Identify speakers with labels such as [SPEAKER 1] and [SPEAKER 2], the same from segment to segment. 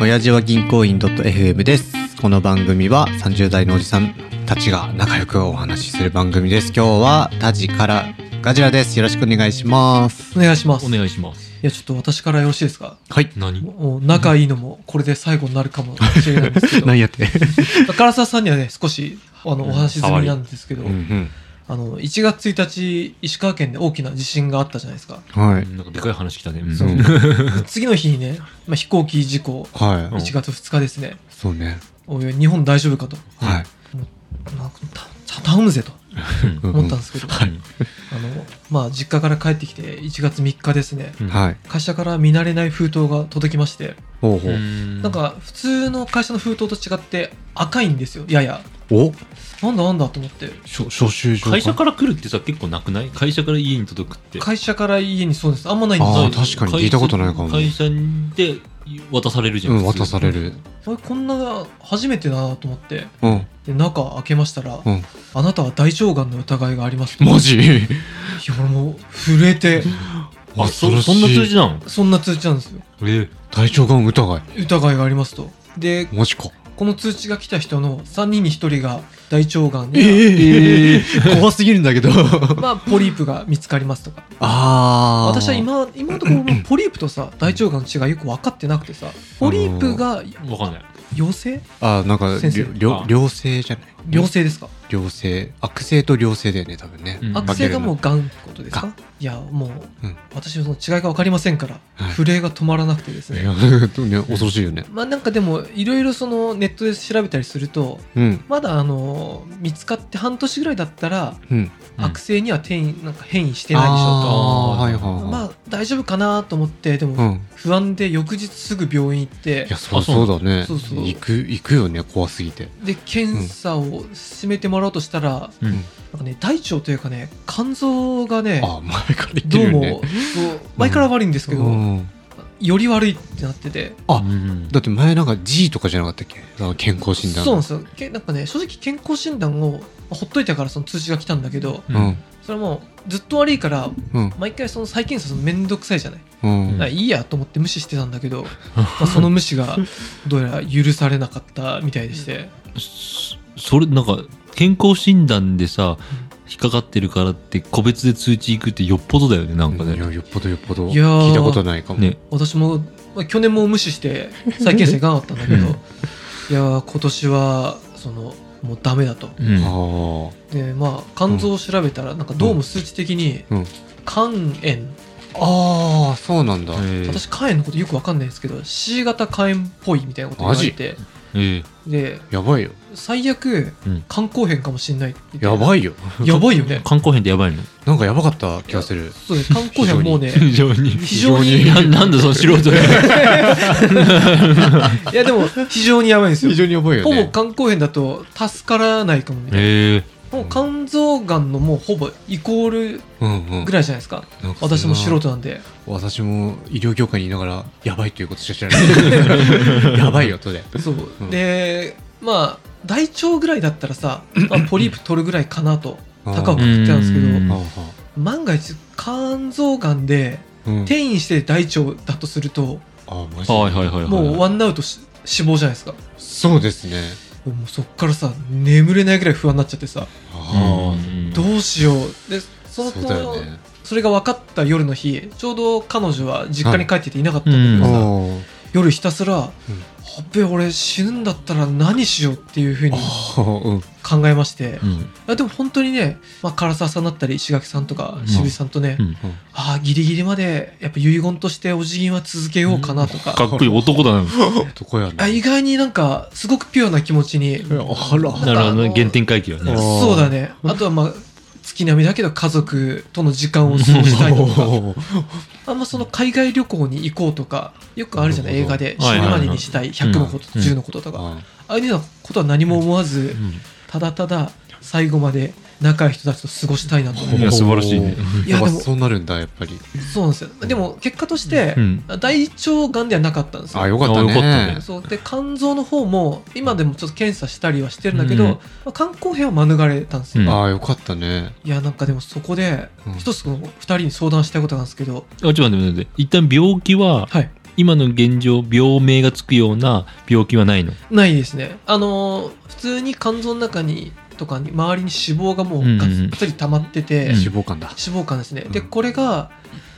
[SPEAKER 1] 親父は銀行員 .fm です。この番組は30代のおじさんたちが仲良くお話しする番組です。今日はタジからガジラです。よろしくお願いします。
[SPEAKER 2] お願いします。
[SPEAKER 3] お
[SPEAKER 2] い
[SPEAKER 3] 願いします。
[SPEAKER 2] や、ちょっと私からよろしいですか
[SPEAKER 1] はい。
[SPEAKER 3] 何
[SPEAKER 2] もう仲いいのもこれで最後になるかもしれないんですけど、
[SPEAKER 1] 何やって
[SPEAKER 2] 唐沢さんにはね、少しあのお話し済みなんですけど、
[SPEAKER 1] うん
[SPEAKER 2] あの1月1日、石川県で大きな地震があったじゃないですか。
[SPEAKER 1] うん。 はい。
[SPEAKER 3] なんかでかい話来たね。。
[SPEAKER 1] そううん
[SPEAKER 2] 次の日にね、まあ、飛行機事故、
[SPEAKER 1] は
[SPEAKER 3] ん
[SPEAKER 1] い。
[SPEAKER 2] 1月2日ですね、
[SPEAKER 1] そうね。
[SPEAKER 2] おい日本大丈夫かと、
[SPEAKER 1] はい。
[SPEAKER 2] なんかた頼むぜと
[SPEAKER 1] う
[SPEAKER 3] う
[SPEAKER 1] ん
[SPEAKER 2] 思ったんですけど、
[SPEAKER 3] はい。
[SPEAKER 2] あのまあ、実家から帰ってきて、1月3日ですね、
[SPEAKER 3] うん
[SPEAKER 1] はい。
[SPEAKER 2] 会社から見慣れない封筒が届きまして、
[SPEAKER 1] ほうほ
[SPEAKER 3] う
[SPEAKER 1] う。
[SPEAKER 3] ん
[SPEAKER 2] なん、か普通の会社の封筒と違って赤いんですよやや
[SPEAKER 1] お
[SPEAKER 2] なんだなんだと思って
[SPEAKER 1] しょ招集状
[SPEAKER 3] 会社から来るってさ、結構なくない会社から家に届くって。
[SPEAKER 2] 会社から家にそうですあんまないんです
[SPEAKER 1] ああ、
[SPEAKER 2] よ
[SPEAKER 1] 確かに聞いたことないかも。
[SPEAKER 3] 会社で渡されるじゃ。
[SPEAKER 1] うんん、
[SPEAKER 3] 普通
[SPEAKER 1] 渡される。
[SPEAKER 2] あれこんな初めてだなと思って
[SPEAKER 1] うん。
[SPEAKER 2] で中開けましたら、
[SPEAKER 1] うん
[SPEAKER 2] あなたは大腸がんの疑いがあります
[SPEAKER 1] マジ
[SPEAKER 2] いや俺もう震えて
[SPEAKER 3] あ、
[SPEAKER 1] 恐ろ
[SPEAKER 3] そ
[SPEAKER 1] しい
[SPEAKER 3] そんな通じなの
[SPEAKER 2] そんな通知なんですよ
[SPEAKER 3] え
[SPEAKER 1] 大腸がん疑い。
[SPEAKER 2] 疑いがありますとで
[SPEAKER 1] マジか。
[SPEAKER 2] この通知が来た人の3人に1人が大腸がんや、
[SPEAKER 1] ええ怖すぎるんだけど。
[SPEAKER 2] まあ、ポリープが見つかりますとか
[SPEAKER 1] ああ。
[SPEAKER 2] 私は今今のところポリープとさ大腸がんの違いよく分かってなくてさポリープが
[SPEAKER 3] わかんない。
[SPEAKER 2] 良性
[SPEAKER 1] あなんか
[SPEAKER 2] 先生
[SPEAKER 1] りょりょ
[SPEAKER 3] あ
[SPEAKER 1] 良性じゃない
[SPEAKER 2] 良性ですか
[SPEAKER 1] 良性悪性と良性だよね多分ね、
[SPEAKER 3] うん
[SPEAKER 2] 悪性がもうがんってことです
[SPEAKER 1] が
[SPEAKER 2] かいやもう、
[SPEAKER 1] うん
[SPEAKER 2] 私のその違いが分かりませんから、
[SPEAKER 1] はい
[SPEAKER 2] 震えが止まらなくてです
[SPEAKER 1] い
[SPEAKER 2] ね
[SPEAKER 1] や ね恐ろしいよね
[SPEAKER 2] まあなんかでもいろいろそのネットで調べたりすると
[SPEAKER 1] うん
[SPEAKER 2] まだあの見つかって半年ぐらいだったら
[SPEAKER 1] うん
[SPEAKER 3] うん
[SPEAKER 2] 悪性には転移なんか変異してないでしょ
[SPEAKER 1] あー
[SPEAKER 3] と
[SPEAKER 1] はいはい
[SPEAKER 2] とま
[SPEAKER 1] は
[SPEAKER 2] あ大丈夫かなと思ってで
[SPEAKER 1] い、う
[SPEAKER 2] も
[SPEAKER 1] ん
[SPEAKER 2] 不安で翌日すぐ病院行って
[SPEAKER 1] いやそう
[SPEAKER 3] あそ
[SPEAKER 1] そう
[SPEAKER 3] う
[SPEAKER 1] だね
[SPEAKER 2] そうそう
[SPEAKER 1] 行く行くよね怖すぎて
[SPEAKER 2] で検査を進めてもらおうとしたら、
[SPEAKER 3] うん
[SPEAKER 2] なんかね大腸というかね肝臓がね
[SPEAKER 1] あ前から言って
[SPEAKER 2] どう
[SPEAKER 1] るよ
[SPEAKER 2] も、
[SPEAKER 1] ね
[SPEAKER 2] そう前から悪いんですけど、
[SPEAKER 1] うん
[SPEAKER 2] より悪いってなってて
[SPEAKER 1] あ
[SPEAKER 3] うん
[SPEAKER 1] だって前なんか G とかじゃなかったっけあの健康診断
[SPEAKER 2] そうなんですよけなんかね正直健康診断をまあほっといたからその通知が来たんだけど
[SPEAKER 1] う。ん
[SPEAKER 2] それもずっと悪いから
[SPEAKER 1] うん
[SPEAKER 2] 毎回その再検査するのめんどくさいじゃない、
[SPEAKER 1] うん、
[SPEAKER 2] だからいいやと思って無視してたんだけどまあその無視がどうやら許されなかったみたいでして
[SPEAKER 3] そそれ、なんか、健康診断でさ、引っかかってるからって個別で通知行くってよっぽどだよね、なんか
[SPEAKER 1] い
[SPEAKER 3] ね。
[SPEAKER 1] やよっぽどよっぽど
[SPEAKER 2] いやー
[SPEAKER 1] 聞いたことないかも、
[SPEAKER 3] ね。
[SPEAKER 2] 私も、まあ去年も無視して再検査行かなかったんだけど
[SPEAKER 3] うん
[SPEAKER 2] いやー今年はそのもうダメだと
[SPEAKER 3] う
[SPEAKER 1] あ
[SPEAKER 3] ん。
[SPEAKER 1] ー
[SPEAKER 2] でまあ肝臓を調べたら、なんかどうも数値的に
[SPEAKER 1] うん
[SPEAKER 2] 肝炎、
[SPEAKER 1] あーそうなんだ、
[SPEAKER 3] えー
[SPEAKER 2] 私肝炎のことよくわかんないですけど C 型肝炎っぽいみたいなこと言われて
[SPEAKER 3] え
[SPEAKER 2] で
[SPEAKER 1] やばいよ
[SPEAKER 2] 最悪、
[SPEAKER 3] うん
[SPEAKER 2] 肝硬変かもしんないって言って
[SPEAKER 1] やばいよ
[SPEAKER 2] やばいよね
[SPEAKER 3] ー観光編でやばいの
[SPEAKER 1] なんかやばかった気がする
[SPEAKER 2] そうです肝硬変はもうね
[SPEAKER 3] 非常に。
[SPEAKER 2] 非常に
[SPEAKER 1] 非
[SPEAKER 3] ななんだその素人が
[SPEAKER 2] いやでも非常にやばいんですよ
[SPEAKER 1] 非常にやばいよ
[SPEAKER 2] ほぼ
[SPEAKER 1] ね
[SPEAKER 2] 肝硬変だと助からないかもみたいな、
[SPEAKER 3] ええ
[SPEAKER 2] もう肝臓がんのもうほぼイコール
[SPEAKER 1] うんうん
[SPEAKER 2] ぐらいじゃないですか
[SPEAKER 1] なんかそんな
[SPEAKER 2] 私も素人なんで
[SPEAKER 1] 私も医療業界にいながらやばいということしか知ら ないやばいよとで
[SPEAKER 2] そう、
[SPEAKER 1] ん
[SPEAKER 2] でまあ大腸ぐらいだったら さ、まあ、ポリープ取るぐらいかなと高をく
[SPEAKER 1] あ
[SPEAKER 2] くってたんですけど、
[SPEAKER 3] うん
[SPEAKER 1] ああ
[SPEAKER 2] 万が一肝臓がんで
[SPEAKER 1] あうん
[SPEAKER 2] 転移して大腸だとすると
[SPEAKER 1] あマジで
[SPEAKER 3] はいはいはいはい。
[SPEAKER 2] もうワンアウトし死亡じゃないですか
[SPEAKER 1] そうですね
[SPEAKER 2] もうそっからさ眠れないぐらい不安になっちゃってさ
[SPEAKER 1] ああ
[SPEAKER 2] どうしようでその
[SPEAKER 1] そうだよね
[SPEAKER 2] それが分かった夜の日ちょうど彼女は実家に帰ってていなかったんだけ
[SPEAKER 3] う
[SPEAKER 2] ど
[SPEAKER 3] ん
[SPEAKER 2] さ、
[SPEAKER 1] あ
[SPEAKER 2] 夜ひたすら、ほっべ俺死ぬんだったら何しようっていうふうに
[SPEAKER 1] あうん
[SPEAKER 2] 考えまして、
[SPEAKER 3] うん
[SPEAKER 2] あでも本当にね、まあ、唐沢さんだったり石垣さんとか渋井さんとね、
[SPEAKER 3] うん
[SPEAKER 2] ああギリギリまでやっぱ遺言としてお辞儀は続けようかなとか、
[SPEAKER 3] かっこいい 男だな。
[SPEAKER 1] 男やな
[SPEAKER 2] あ意外になんかすごくピュアな気持ちに
[SPEAKER 1] あら
[SPEAKER 3] なるほどね、原点回帰は
[SPEAKER 1] あ
[SPEAKER 3] ね。
[SPEAKER 2] そうだねあとはまあ月並みだけど家族との時間を過ごしたいとか
[SPEAKER 1] おー
[SPEAKER 2] あんまその海外旅行に行こうとかよくあるじゃない
[SPEAKER 1] なる
[SPEAKER 2] 映
[SPEAKER 1] ほど
[SPEAKER 2] 画で死
[SPEAKER 3] は
[SPEAKER 2] ぬ
[SPEAKER 3] いはいはい
[SPEAKER 2] までにしたい100のこと
[SPEAKER 3] うん
[SPEAKER 2] 10のこととか、
[SPEAKER 1] あ
[SPEAKER 2] ああいうようなことは何も思わずただただ最後まで仲いい人たちと過ごしたいなと思
[SPEAKER 3] いうや素晴らしいね
[SPEAKER 1] おー
[SPEAKER 2] いやでも
[SPEAKER 1] っぱそうなるんだやっぱり
[SPEAKER 2] そうなんですよでも結果として、
[SPEAKER 3] うん
[SPEAKER 2] 大腸がんではなかったんですよ
[SPEAKER 1] あよかった
[SPEAKER 3] あよかった
[SPEAKER 1] ね
[SPEAKER 3] ね
[SPEAKER 2] そうで肝臓の方も今でもちょっと検査したりはしてるんだけど、
[SPEAKER 3] うん
[SPEAKER 2] まあ肝硬変は免れたんですよ、
[SPEAKER 3] うん
[SPEAKER 1] ああよかったね
[SPEAKER 2] いやなんかでもそこで
[SPEAKER 1] うん
[SPEAKER 2] 一つこの2人に相談したいことなんですけど、
[SPEAKER 3] あ、ちょっと待って待って待って。一旦病気は
[SPEAKER 2] はい
[SPEAKER 3] 今の現状病名がつくような病気はないの
[SPEAKER 2] ないですねあのー普通に肝臓の中にとかに周りに脂肪がもうガッツリ溜まってて、
[SPEAKER 3] うん
[SPEAKER 1] 脂肪肝だ。
[SPEAKER 2] 脂肪肝ですね、で
[SPEAKER 1] うん
[SPEAKER 2] これが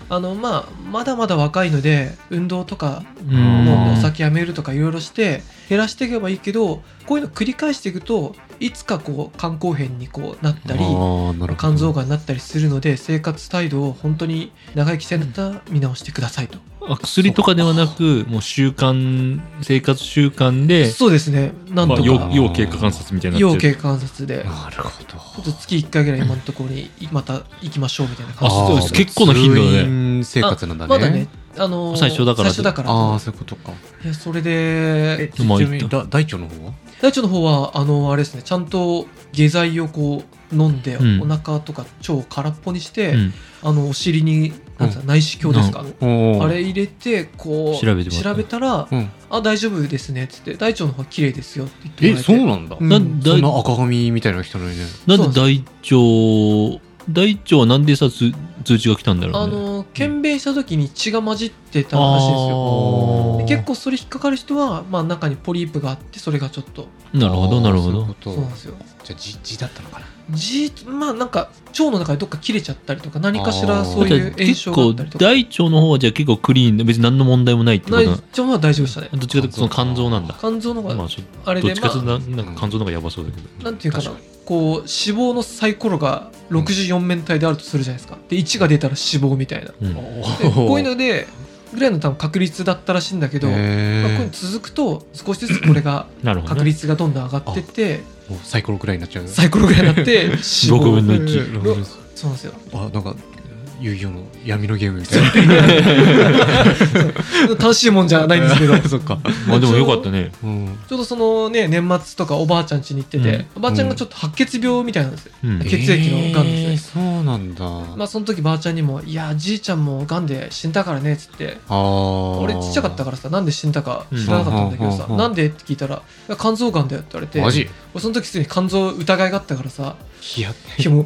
[SPEAKER 2] あの、まあ、まだまだ若いので運動とか
[SPEAKER 3] う
[SPEAKER 2] も
[SPEAKER 1] ん
[SPEAKER 2] うお酒やめるとかいろいろして減らしていけばいいけどこういうの繰り返していくといつかこう肝硬変にこうなったり
[SPEAKER 1] あーなるほど
[SPEAKER 2] 肝臓がんになったりするので生活態度を本当に長生きせんだったら見直してくださいと、
[SPEAKER 3] あ薬とかではなくもう習慣生活習慣で
[SPEAKER 2] そうですねなんと
[SPEAKER 3] まあ
[SPEAKER 2] か、
[SPEAKER 3] 要要経過観察みたいにな
[SPEAKER 2] 要
[SPEAKER 3] って
[SPEAKER 2] 経
[SPEAKER 3] る
[SPEAKER 2] 過観察で
[SPEAKER 1] なるほど。
[SPEAKER 2] ちょっと月1回ぐらい今のところにまた行きましょうみたいな感じ
[SPEAKER 3] あそうです
[SPEAKER 1] ー
[SPEAKER 3] 結構な頻度だね
[SPEAKER 1] 通院生活なんだね。
[SPEAKER 2] まだね。あのー
[SPEAKER 3] 最初だから
[SPEAKER 2] 最初だから
[SPEAKER 1] ああ、そういうことか。
[SPEAKER 2] いやそれで
[SPEAKER 1] ちなみにだ大腸の方は
[SPEAKER 2] 大腸の方はあのあれですねちゃんと下剤をこう飲んで、
[SPEAKER 3] うん
[SPEAKER 2] お腹とか腸を空っぽにして、
[SPEAKER 3] うん
[SPEAKER 2] あのお尻になんですか、
[SPEAKER 1] う
[SPEAKER 2] 内視鏡ですか、
[SPEAKER 1] おー
[SPEAKER 2] あれ入れてこう
[SPEAKER 3] 調べてもらった
[SPEAKER 2] たら
[SPEAKER 1] うん、
[SPEAKER 2] 「あ大丈夫ですね」っつって「大腸の方が綺麗ですよ」って言って
[SPEAKER 1] え
[SPEAKER 2] もらえて
[SPEAKER 1] そうなんだ、
[SPEAKER 2] うん
[SPEAKER 3] なん
[SPEAKER 1] そ
[SPEAKER 3] だ
[SPEAKER 1] ん
[SPEAKER 3] い
[SPEAKER 1] な赤髪みたいな人なのにね
[SPEAKER 3] なんで大腸大腸はなんでさ通通知が来たんだろ
[SPEAKER 2] あ
[SPEAKER 3] うね
[SPEAKER 2] の検便した時に血が混じってたらしいんですよ
[SPEAKER 1] あー
[SPEAKER 2] で結構それ引っかかる人は、まあ、中にポリープがあってそれがちょっと
[SPEAKER 3] なるほどなるほ
[SPEAKER 1] あーそういうこ
[SPEAKER 3] ど
[SPEAKER 1] と
[SPEAKER 2] そうなんですよ
[SPEAKER 1] じゃあじじだったのかな
[SPEAKER 2] じまあなんか腸の中でどっか切れちゃったりとか何かし
[SPEAKER 1] あ
[SPEAKER 2] ら
[SPEAKER 1] ー
[SPEAKER 2] そう
[SPEAKER 3] じ
[SPEAKER 2] い
[SPEAKER 3] ゃあ
[SPEAKER 2] う炎
[SPEAKER 3] 結
[SPEAKER 2] 症があ
[SPEAKER 3] 構
[SPEAKER 2] ったりとか
[SPEAKER 3] 大腸の方はじゃあ結構クリーンで別に何の問題もないってこと
[SPEAKER 2] 大
[SPEAKER 3] なの
[SPEAKER 2] 腸は大丈夫でしたね
[SPEAKER 3] どっちかというとその肝臓なんだ
[SPEAKER 2] 肝臓の方
[SPEAKER 3] まあ
[SPEAKER 2] が
[SPEAKER 3] ちょ
[SPEAKER 2] あれ
[SPEAKER 3] どっ
[SPEAKER 2] で
[SPEAKER 3] ち
[SPEAKER 2] ま
[SPEAKER 3] かという
[SPEAKER 2] あ
[SPEAKER 3] とななんか肝臓の方がやばそうだけど
[SPEAKER 2] なんていうかな
[SPEAKER 1] 確か
[SPEAKER 2] こう脂肪のサイコロが64面体であるとするじゃないですかで1が出たら死亡みたいな
[SPEAKER 3] うん
[SPEAKER 2] でこういうのでぐらいの多分確率だったらしいんだけど、まあ、こういうの
[SPEAKER 1] え
[SPEAKER 2] 続くと少しずつこれが
[SPEAKER 3] なるほど
[SPEAKER 2] 確
[SPEAKER 3] ね
[SPEAKER 2] 率がどんどん上がってって
[SPEAKER 1] サイコロくらいになっちゃう
[SPEAKER 2] サイコロぐらいになって死亡
[SPEAKER 3] 5分の
[SPEAKER 1] えー
[SPEAKER 3] 1
[SPEAKER 1] なるほど
[SPEAKER 2] そうなんですよ
[SPEAKER 1] あなんか遊戯王の闇のゲームみ たいな
[SPEAKER 2] 楽しいもんじゃないんですけど
[SPEAKER 1] そっか、
[SPEAKER 3] まあでもよかったね
[SPEAKER 1] うん、
[SPEAKER 2] ちょうどそのね年末とかおばあちゃん家に行ってて、おばあちゃんがちょっと白血病みたいなんですよ
[SPEAKER 3] うん
[SPEAKER 2] 血液のがんで
[SPEAKER 1] えー
[SPEAKER 2] すね
[SPEAKER 1] そうなんだ、
[SPEAKER 2] まあその時ばあちゃんにも「いやじいちゃんもがんで死んだからね」っつって
[SPEAKER 1] ああ
[SPEAKER 2] 俺ちっちゃかった
[SPEAKER 1] か
[SPEAKER 2] からさなんで死んだか知らなかったんだけどさ
[SPEAKER 1] うん
[SPEAKER 2] なんでって聞いたらいや「肝臓がんだよ」って言われて
[SPEAKER 1] マジ
[SPEAKER 2] 俺その時すでに肝臓疑いがあったから さ
[SPEAKER 1] いや
[SPEAKER 2] ひ も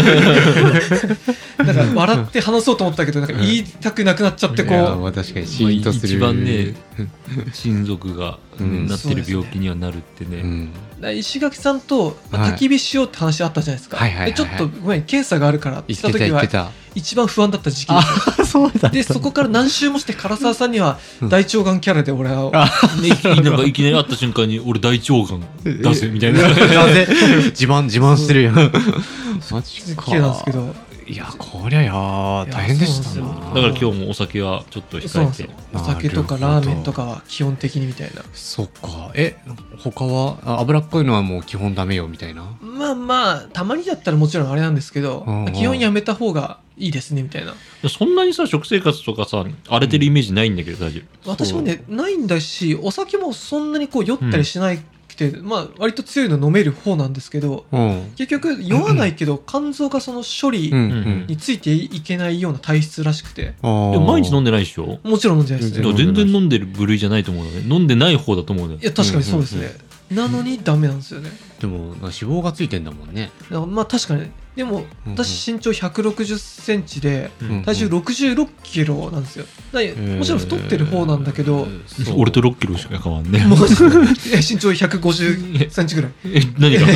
[SPEAKER 2] なんか笑って話そうと思ったけどなんか言いたくなくなっちゃって
[SPEAKER 1] いや
[SPEAKER 2] こ
[SPEAKER 1] まあ確かにシーンとする、
[SPEAKER 3] まあ一 番ね親族が
[SPEAKER 1] うん
[SPEAKER 3] なってる病気にはなるって
[SPEAKER 1] う
[SPEAKER 3] ね
[SPEAKER 1] ん、
[SPEAKER 2] うで石垣さんとまあ
[SPEAKER 1] はい
[SPEAKER 2] 焚き火しようって話あったじゃないですか
[SPEAKER 1] はいはいはい
[SPEAKER 2] でちょっとごめん検査があるからって
[SPEAKER 1] 言っ
[SPEAKER 2] 言ってた
[SPEAKER 1] た
[SPEAKER 2] 時
[SPEAKER 1] 言っ
[SPEAKER 2] は
[SPEAKER 1] てた
[SPEAKER 2] 一番不安だった時期
[SPEAKER 1] あそうだ
[SPEAKER 2] でそこから何周もして唐沢さんには大腸がんキャラで俺は
[SPEAKER 3] ねなんかいきなり会った瞬間に俺大腸がん出せみ たいな
[SPEAKER 1] なんで自慢自慢してるやん。マジか。
[SPEAKER 2] 好きなんですけど
[SPEAKER 1] いやこりゃや
[SPEAKER 2] いや
[SPEAKER 1] 大変でした
[SPEAKER 2] そう
[SPEAKER 1] な。
[SPEAKER 2] なんですよ
[SPEAKER 3] だから今日もお酒はちょっと
[SPEAKER 2] そうなんで
[SPEAKER 3] 控
[SPEAKER 2] す
[SPEAKER 3] え
[SPEAKER 2] よ
[SPEAKER 3] て
[SPEAKER 2] お酒とか
[SPEAKER 1] なるほ
[SPEAKER 2] ラ
[SPEAKER 1] ど
[SPEAKER 2] ーメンとかは基本的にみたいな
[SPEAKER 1] そっか。え他はあ脂っこいのはもう基本ダメよみたいな。
[SPEAKER 2] まあまあたまにだったらもちろんあれなんですけど
[SPEAKER 1] うんうん
[SPEAKER 2] 基本やめた方がいいですねみたいな
[SPEAKER 3] そんなにさ食生活とかさ荒れてるイメージないんだけど大丈夫
[SPEAKER 2] 私もねないんだしお酒もそんなにこう酔ったりしなくてまあ割と強いの飲める方なんですけど
[SPEAKER 1] うん。
[SPEAKER 2] 結局酔わないけど肝臓がその処理
[SPEAKER 1] うんうん。
[SPEAKER 2] についていけないような体質らしくて
[SPEAKER 1] あー
[SPEAKER 3] でも毎日飲んでないでしょ
[SPEAKER 2] もちろん飲んじゃないです
[SPEAKER 3] で
[SPEAKER 2] ね
[SPEAKER 3] も全然飲んでる部類じゃないと思うのね飲んでない方だと思うのよ
[SPEAKER 2] いや確かにそうですね、なのにダメなんですよね
[SPEAKER 1] でもな脂肪がついてんだもんね。
[SPEAKER 2] だからまあ確かにでも
[SPEAKER 1] うんうん
[SPEAKER 2] 私身長1 6 0ンチで
[SPEAKER 3] うん
[SPEAKER 2] 体重6 6キロなんですよだからもちろん太ってる方なんだけど、
[SPEAKER 3] 俺と6キロしか変わんね
[SPEAKER 2] もうえ身長1 5 0ンチぐらい
[SPEAKER 3] え何が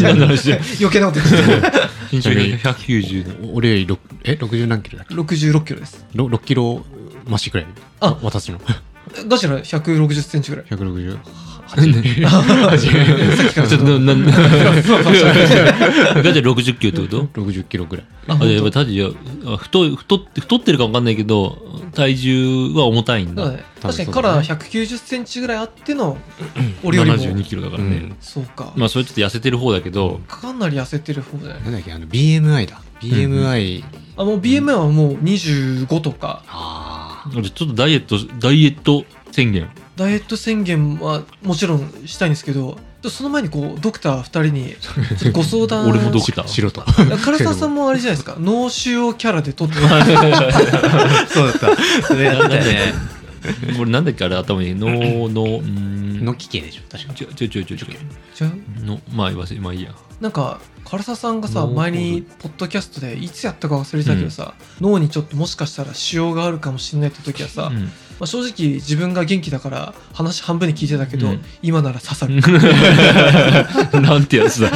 [SPEAKER 3] 何の 話だよ
[SPEAKER 2] 余計なこと言ってた
[SPEAKER 3] 身長が190の
[SPEAKER 1] 俺より六え六十何キロだっけ？
[SPEAKER 2] 6 6キロです
[SPEAKER 1] ろ六キロ増しくらい。
[SPEAKER 2] あ
[SPEAKER 1] 私 の
[SPEAKER 2] ガジラ1 6 0ンチぐ らい
[SPEAKER 1] 百六十。
[SPEAKER 2] さっきから
[SPEAKER 3] ち
[SPEAKER 2] ち
[SPEAKER 3] ょ
[SPEAKER 2] ょ
[SPEAKER 3] っ
[SPEAKER 2] っ
[SPEAKER 3] と
[SPEAKER 2] と
[SPEAKER 3] ななガチャ60キロってこと
[SPEAKER 1] 六十キロぐらい。
[SPEAKER 2] あ
[SPEAKER 3] あ、
[SPEAKER 2] 本
[SPEAKER 3] でも
[SPEAKER 2] 当
[SPEAKER 3] タジはあ太い太って太ってるか分かんないけど体重は重たいん
[SPEAKER 2] そう
[SPEAKER 3] だ
[SPEAKER 2] だね確かにカラー1 9 0ンチぐらいあっての俺より
[SPEAKER 3] 72
[SPEAKER 2] も
[SPEAKER 3] キロだか
[SPEAKER 1] う
[SPEAKER 3] らね
[SPEAKER 1] ん。
[SPEAKER 2] そうか、
[SPEAKER 3] まあそれちょっと痩せてる方だけど
[SPEAKER 2] かなり痩せてる方じゃない
[SPEAKER 1] なんだっけあの BMI だ。BMI。
[SPEAKER 2] あもう BMI はもう25とか
[SPEAKER 1] あ
[SPEAKER 3] 俺ちょっとダイエットダイエット宣言
[SPEAKER 2] ダイエット宣言はもちろんしたいんですけどその前にこうドクター2人にちょっとご相談
[SPEAKER 3] 俺もドクタ
[SPEAKER 1] あ。
[SPEAKER 3] ー
[SPEAKER 1] 白と。
[SPEAKER 2] 唐沢さんもあれじゃないですか脳腫瘍キャラで撮っ て る
[SPEAKER 1] そうだった。それ
[SPEAKER 3] なんだっけ俺なんだっけあれ頭に脳脳うーん
[SPEAKER 1] のき系でしょ確か
[SPEAKER 3] ちょちょちょちょちょ
[SPEAKER 2] じゃあ
[SPEAKER 3] のまあいいわせまあいいや
[SPEAKER 2] なんか唐沢さんがさ
[SPEAKER 3] ノーコード
[SPEAKER 2] 前にポッドキャストでいつやったか忘れたけどさ、脳にちょっともしかしたら腫瘍があるかもしれないって時はさ、
[SPEAKER 3] う
[SPEAKER 2] ま
[SPEAKER 3] ん
[SPEAKER 2] あ、正直自分が元気だから話半分に聞いてたけど、
[SPEAKER 3] うん
[SPEAKER 2] 今なら刺 さる
[SPEAKER 3] なんてやつだ。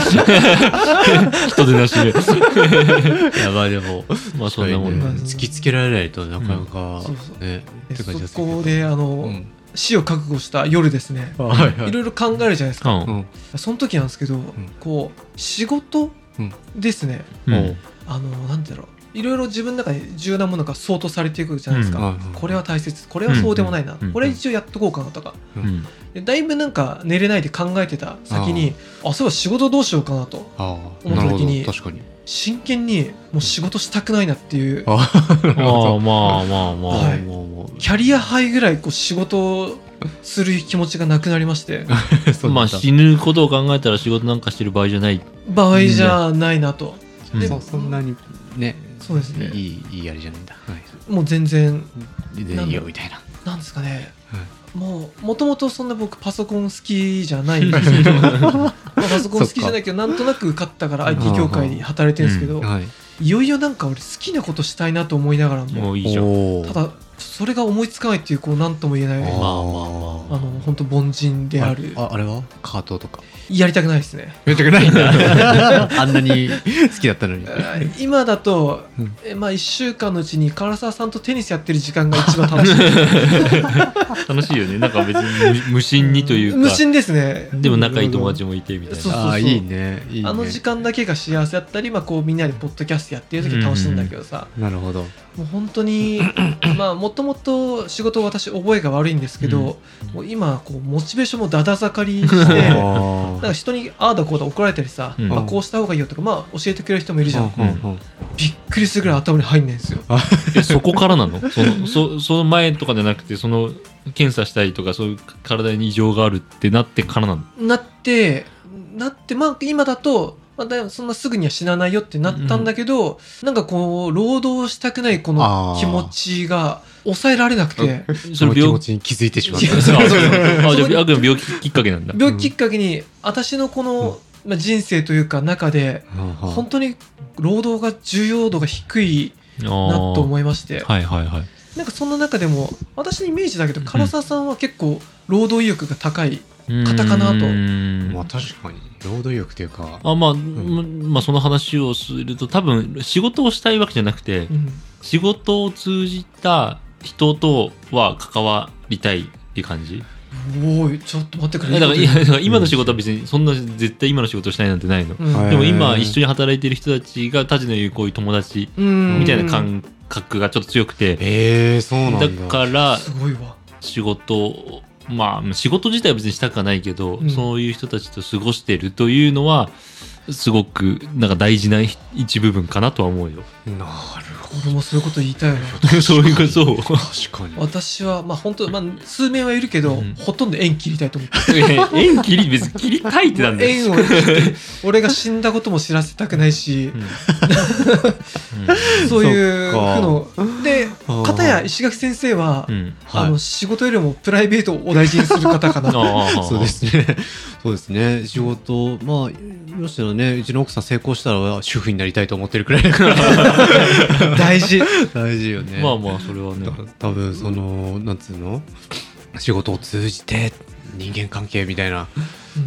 [SPEAKER 3] 人でなしで。いやばいでも、まあそんなもん
[SPEAKER 1] ね
[SPEAKER 3] だ。
[SPEAKER 1] 突きつけられないとなかなか
[SPEAKER 2] そうそう
[SPEAKER 1] ねって感じ
[SPEAKER 2] で
[SPEAKER 1] がす
[SPEAKER 2] そ
[SPEAKER 1] る
[SPEAKER 2] こであの、
[SPEAKER 1] うん
[SPEAKER 2] 死を覚悟した夜ですね
[SPEAKER 1] はいはい
[SPEAKER 2] ろいろ考えるじゃないですか、
[SPEAKER 3] うん。
[SPEAKER 2] その時なんですけど、こう仕事
[SPEAKER 1] うん
[SPEAKER 2] ですね、
[SPEAKER 1] うん
[SPEAKER 3] う
[SPEAKER 1] おうん
[SPEAKER 2] あのなんだろういろいろ自分の中に重要なものが相当されていくじゃないですか、
[SPEAKER 1] うん
[SPEAKER 2] これは大切これはそうでもないな、
[SPEAKER 3] うんうん
[SPEAKER 2] これ一応やっとこうかなとか
[SPEAKER 3] うん。
[SPEAKER 2] でだいぶなんか寝れないで考えてた先にあそういえば仕事どうしようかなと
[SPEAKER 1] ああ
[SPEAKER 2] 思っ
[SPEAKER 1] な
[SPEAKER 2] た
[SPEAKER 1] るほ
[SPEAKER 2] 時
[SPEAKER 1] ど
[SPEAKER 2] に
[SPEAKER 1] 確かに
[SPEAKER 2] 真剣にもう仕事したくないなっていう
[SPEAKER 1] ああなる
[SPEAKER 3] ま
[SPEAKER 1] ほ
[SPEAKER 3] あ
[SPEAKER 1] ど
[SPEAKER 3] まあまあまあ。
[SPEAKER 2] はい
[SPEAKER 1] もうも
[SPEAKER 2] キャリアハイぐらいこう仕事をする気持ちがなくなりまして
[SPEAKER 1] うそうだ
[SPEAKER 3] まあ
[SPEAKER 1] った
[SPEAKER 3] 死ぬことを考えたら仕事なんかしてる場合じゃない。
[SPEAKER 2] 場合じゃないなと、
[SPEAKER 3] うん
[SPEAKER 2] で
[SPEAKER 1] そうそんなにね
[SPEAKER 2] そうですね
[SPEAKER 1] いいいいあれじゃないんだはい
[SPEAKER 2] もう全然
[SPEAKER 1] 全
[SPEAKER 2] な
[SPEAKER 1] 然
[SPEAKER 2] ん
[SPEAKER 1] いい
[SPEAKER 2] だ
[SPEAKER 1] よみたいな
[SPEAKER 2] なんですかね
[SPEAKER 1] は
[SPEAKER 2] もうもともとそんな僕パソコン好きじゃないんですけ どまあパソコン好きじゃないけどなんとなく受かったから IT 業界に働いてるんですけど、
[SPEAKER 1] いはい
[SPEAKER 2] いよいよなんか俺好きなことしたいなと思いながらも
[SPEAKER 3] もういいじゃん。
[SPEAKER 1] おー
[SPEAKER 2] ただそれが思いつかないっていうこう何とも言えな
[SPEAKER 1] ー
[SPEAKER 2] いあ
[SPEAKER 3] まあまあま
[SPEAKER 2] の本当凡人である
[SPEAKER 1] ああれはカートとか
[SPEAKER 2] やりたくないですね
[SPEAKER 1] めっちゃないんだ あんなに好きだったの に
[SPEAKER 2] えー今だと
[SPEAKER 1] うん、
[SPEAKER 2] えーまあ1週間のうちに唐沢さんとテニスやってる時間が一番楽し い
[SPEAKER 3] 楽しいよね。なんか別に無無心にという
[SPEAKER 2] 無
[SPEAKER 3] か。
[SPEAKER 2] 心ですね
[SPEAKER 3] でも仲いい友達もいてみたい
[SPEAKER 2] そう
[SPEAKER 3] な。
[SPEAKER 1] ああいいねいいね
[SPEAKER 2] あの時間だけが幸せだったり、まあ、こうみんなでポッドキャストやってる時楽しいんだけどさ、
[SPEAKER 1] なるほど
[SPEAKER 2] もう本当にまあもともと仕事私覚えが悪いんですけど、
[SPEAKER 3] うん
[SPEAKER 2] もう今こうモチベーションもだだ下がりして
[SPEAKER 1] あ
[SPEAKER 2] なん
[SPEAKER 1] ー
[SPEAKER 2] か人にああだこうだ怒られたりさ、
[SPEAKER 3] うん
[SPEAKER 2] まあ、こうした方がいいよとか、まあ、教えてくれる人もいるじゃん、
[SPEAKER 1] うんうんうん
[SPEAKER 2] びっくりするぐらい頭に入んないんですよ
[SPEAKER 3] えそこからなの そのそその前とかじゃなくてその検査したりとかそういう体に異常があるってなってからなの
[SPEAKER 2] なってなってまあ今だと、まあ、だそんなすぐには死なないよってなったんだけど、なんかこう労働したくないこの気持ちが抑えられなくて
[SPEAKER 3] そ
[SPEAKER 1] その
[SPEAKER 3] れ
[SPEAKER 1] 気持
[SPEAKER 3] 病
[SPEAKER 1] ちに気づいてしまっ
[SPEAKER 2] いや
[SPEAKER 1] た
[SPEAKER 3] あそうそうあじゃああくまで病気きっかけなんだ
[SPEAKER 2] 病気きっかけに私のこの、まあ、人生というか中で本
[SPEAKER 1] 本
[SPEAKER 2] 当に労働が重要度が低いな
[SPEAKER 3] な
[SPEAKER 2] と思いまして
[SPEAKER 3] はいはいはい
[SPEAKER 2] なんかそんな中でも私のイメージだけど唐沢さんは結構労働意欲が高い、方かなと
[SPEAKER 3] うーん
[SPEAKER 1] まあ確かに労働力というか
[SPEAKER 3] あまあ、うんまあその話をすると多分仕事をしたいわけじゃなくて
[SPEAKER 2] うん
[SPEAKER 3] 仕事を通じた人とは関わりたいっていう感じ
[SPEAKER 2] おいちょっと待ってく
[SPEAKER 3] い
[SPEAKER 2] れ
[SPEAKER 3] やだからいやだから今の仕事は別にそんな絶対今の仕事したいなんてないの
[SPEAKER 2] うん
[SPEAKER 1] はい
[SPEAKER 3] でも今一緒に働いてる人たちがたちの言うこういう友達
[SPEAKER 2] うん
[SPEAKER 3] みたいな感覚がちょっと強くて、
[SPEAKER 1] ええそうなんだ
[SPEAKER 3] だから
[SPEAKER 2] すごいわ
[SPEAKER 3] 仕事をまあ仕事自体は別にしたくはないけど、
[SPEAKER 2] うん
[SPEAKER 3] そういう人たちと過ごしてるというのはすごくなんか大事な一部分かなとは思うよ。
[SPEAKER 1] なるほ
[SPEAKER 2] 俺もそういうこと言いたいわ
[SPEAKER 3] そういうことそう
[SPEAKER 1] ど確かに
[SPEAKER 2] 私はまあ本当まあ数名はいるけど、
[SPEAKER 3] うん
[SPEAKER 2] ほとんど縁切りたいと思って
[SPEAKER 3] いやいや縁切り別に切りたいってなんだよ。
[SPEAKER 2] 縁を切って俺が死んだことも知らせたくないし
[SPEAKER 3] うんうん
[SPEAKER 2] そういう負の
[SPEAKER 1] そ
[SPEAKER 2] で
[SPEAKER 1] あー
[SPEAKER 2] 片や石垣先生は、
[SPEAKER 3] うん
[SPEAKER 2] あの
[SPEAKER 1] はい
[SPEAKER 2] 仕事よりもプライベートをお大事にする方かなと
[SPEAKER 3] ああ
[SPEAKER 1] そうですねそうですね仕事まあよしろねうちの奥さん成功したら主婦になりたいと思ってるくらいだから
[SPEAKER 2] 大 事
[SPEAKER 1] 大事よね
[SPEAKER 3] まあまあそれはね
[SPEAKER 1] だ。から多分そのなんつうの仕事を通じて人間関係みたいな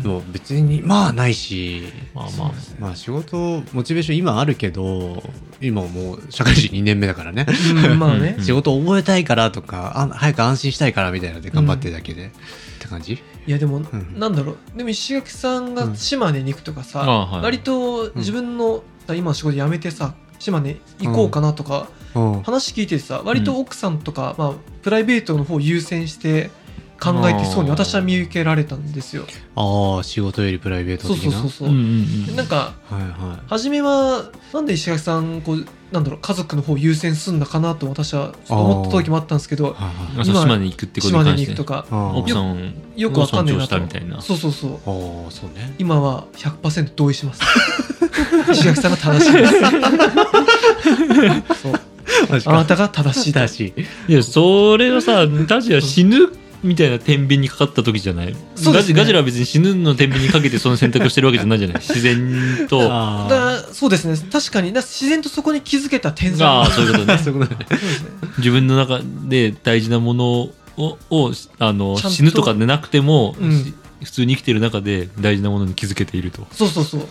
[SPEAKER 1] のも別にまあないし
[SPEAKER 3] まあまあ
[SPEAKER 1] まあ仕事モチベーション今あるけど今もう社会人2年目だからね
[SPEAKER 2] うんまあね
[SPEAKER 3] うん
[SPEAKER 1] 仕事覚えたいからとかあ早く安心したいからみたいなので頑張ってるだけで、って感じ
[SPEAKER 2] いやでも、
[SPEAKER 1] ん
[SPEAKER 2] なんだろうでも石垣さん
[SPEAKER 1] う
[SPEAKER 2] が
[SPEAKER 1] ん
[SPEAKER 2] 島根に行くとかさ、
[SPEAKER 3] あはい
[SPEAKER 2] 割と自分の、今の仕事辞めてさ島根行こうかなとか、
[SPEAKER 1] うん
[SPEAKER 2] 話聞いててさ割と奥さんとか、まあ、プライベートの方を優先して考えてそうに
[SPEAKER 1] あー
[SPEAKER 2] 私は見受けられたんですよ
[SPEAKER 1] ああ仕事よりプライベート
[SPEAKER 2] そう
[SPEAKER 1] 的
[SPEAKER 2] そう
[SPEAKER 1] な
[SPEAKER 2] そうそう、
[SPEAKER 3] うんうんう
[SPEAKER 2] で
[SPEAKER 3] ん
[SPEAKER 2] なんか
[SPEAKER 1] はいは
[SPEAKER 2] 初めはなんで石垣さんこうなんだろう家族の方を優先すんだかなと私はちょっと思った時もあったんですけど
[SPEAKER 1] いはいはい
[SPEAKER 3] あそう
[SPEAKER 2] 今
[SPEAKER 3] 島根に行くってこと
[SPEAKER 2] 島
[SPEAKER 3] に
[SPEAKER 2] 根
[SPEAKER 3] 関
[SPEAKER 2] に
[SPEAKER 3] し
[SPEAKER 2] 行く
[SPEAKER 3] て
[SPEAKER 2] とか
[SPEAKER 1] あ
[SPEAKER 3] 奥さ
[SPEAKER 1] ん
[SPEAKER 3] ん
[SPEAKER 2] よくわかんないな
[SPEAKER 3] を尊重し
[SPEAKER 2] と
[SPEAKER 3] たみたいな。
[SPEAKER 2] そうそうそう
[SPEAKER 1] ああそうね
[SPEAKER 2] 今は100%同意します 石垣さんが正しいですそうあなたが正しい
[SPEAKER 1] だし
[SPEAKER 3] いや、それをさ、タジは死ぬみたいな天秤にかかった時じゃない、
[SPEAKER 2] そうで
[SPEAKER 3] ガ
[SPEAKER 2] すね
[SPEAKER 3] ジガジラは別に死ぬの天秤にかけてその選択をしてるわけじ ゃないじゃない自然とあ
[SPEAKER 1] あ
[SPEAKER 2] だそうですね確かにだ自然とそこに気づけた天才
[SPEAKER 3] あーそういうこと
[SPEAKER 1] あ
[SPEAKER 3] ね
[SPEAKER 1] そういうことね
[SPEAKER 2] そうですね
[SPEAKER 3] 自分の中で大事なものををあの
[SPEAKER 2] ちゃんと
[SPEAKER 3] 死ぬとかでなくても、
[SPEAKER 2] うん
[SPEAKER 3] し普通に生きてる中で大事なものに気づけていると。
[SPEAKER 2] そうそうそう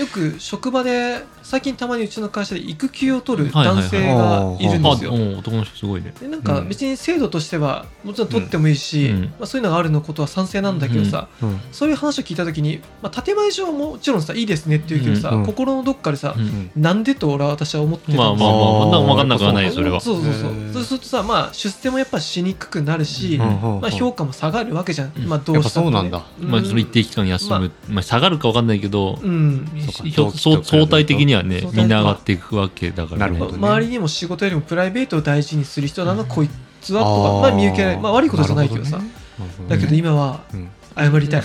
[SPEAKER 2] よく職場で最近たまにうちの会社で育休を取る
[SPEAKER 3] はいはいは
[SPEAKER 2] 男
[SPEAKER 3] い
[SPEAKER 2] 性がいるん
[SPEAKER 3] あ
[SPEAKER 2] ですよ、
[SPEAKER 3] うん男の人すごいね。
[SPEAKER 2] でなんか別に制度としてはもちろん取ってもいいし、
[SPEAKER 3] うん
[SPEAKER 2] まあ、そういうのがあるのことは賛成なんだけどさ、
[SPEAKER 1] うん
[SPEAKER 2] そういう話を聞いた時に、まあ、建前上はもちろんさいいですねっていうけどさ、
[SPEAKER 1] うんうん
[SPEAKER 2] 心のどっかでさ
[SPEAKER 3] う、ん
[SPEAKER 2] なんでと俺は私は思ってたんです
[SPEAKER 3] まあ
[SPEAKER 2] よ
[SPEAKER 3] まあまあまあ分かんなくはないよそれは。
[SPEAKER 2] そうそうそう
[SPEAKER 1] へー
[SPEAKER 2] そうするとさまあ出世もやっぱしにくくなるし、
[SPEAKER 3] うん
[SPEAKER 2] まあ、評価も下がるわけじゃん、
[SPEAKER 3] うん
[SPEAKER 2] まあどうしたってね
[SPEAKER 1] やっぱそ
[SPEAKER 3] まあその一定期間休む、まあ下がるか分かんないけど、
[SPEAKER 2] うん、
[SPEAKER 1] そうか
[SPEAKER 3] ひょ
[SPEAKER 1] 同期と比べ
[SPEAKER 3] そう
[SPEAKER 1] ると
[SPEAKER 3] 相対的に
[SPEAKER 2] 相対的に
[SPEAKER 3] はねみんな上がっていくわけだから、ね、
[SPEAKER 1] なるほどね
[SPEAKER 2] 周りにも仕事よりもプライベートを大事にする人だな、
[SPEAKER 3] うん
[SPEAKER 2] こいつはとかまあ見受けられまあ悪いことじゃないけどさだけど今は
[SPEAKER 1] うん
[SPEAKER 2] 謝り たい、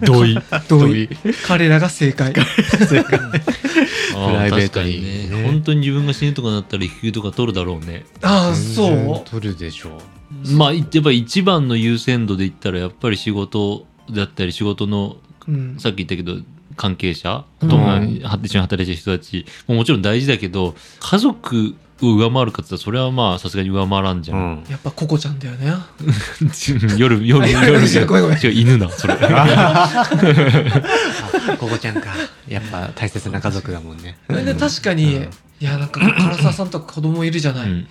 [SPEAKER 3] 同 意
[SPEAKER 2] 同意彼らが正 解
[SPEAKER 3] プ
[SPEAKER 1] プライベートにね
[SPEAKER 3] ね本当に自分が死ぬとかなったら育休とか取るだろうね
[SPEAKER 2] ああそう
[SPEAKER 1] 取るでしょう
[SPEAKER 3] まあやっぱ一番の優先度で言ったらやっぱり仕事だったり仕事の
[SPEAKER 2] うん
[SPEAKER 3] さっき言ったけど関係者
[SPEAKER 2] う
[SPEAKER 3] と
[SPEAKER 2] ん
[SPEAKER 3] か一緒に働いてる人たちももちろん大事だけど家族を上回るかって言ったらそれはまあさすがに上回らんじゃん、
[SPEAKER 2] やっぱココちゃんだよね
[SPEAKER 3] 夜夜
[SPEAKER 2] あ
[SPEAKER 3] 夜
[SPEAKER 2] ごめんごめん
[SPEAKER 3] 違う犬だそれ
[SPEAKER 1] ここちゃんかやっぱ大切な家族だもんね
[SPEAKER 2] で確かに、
[SPEAKER 1] うん
[SPEAKER 2] いやなんか唐沢さんとか子供いるじゃない、
[SPEAKER 3] うん
[SPEAKER 2] い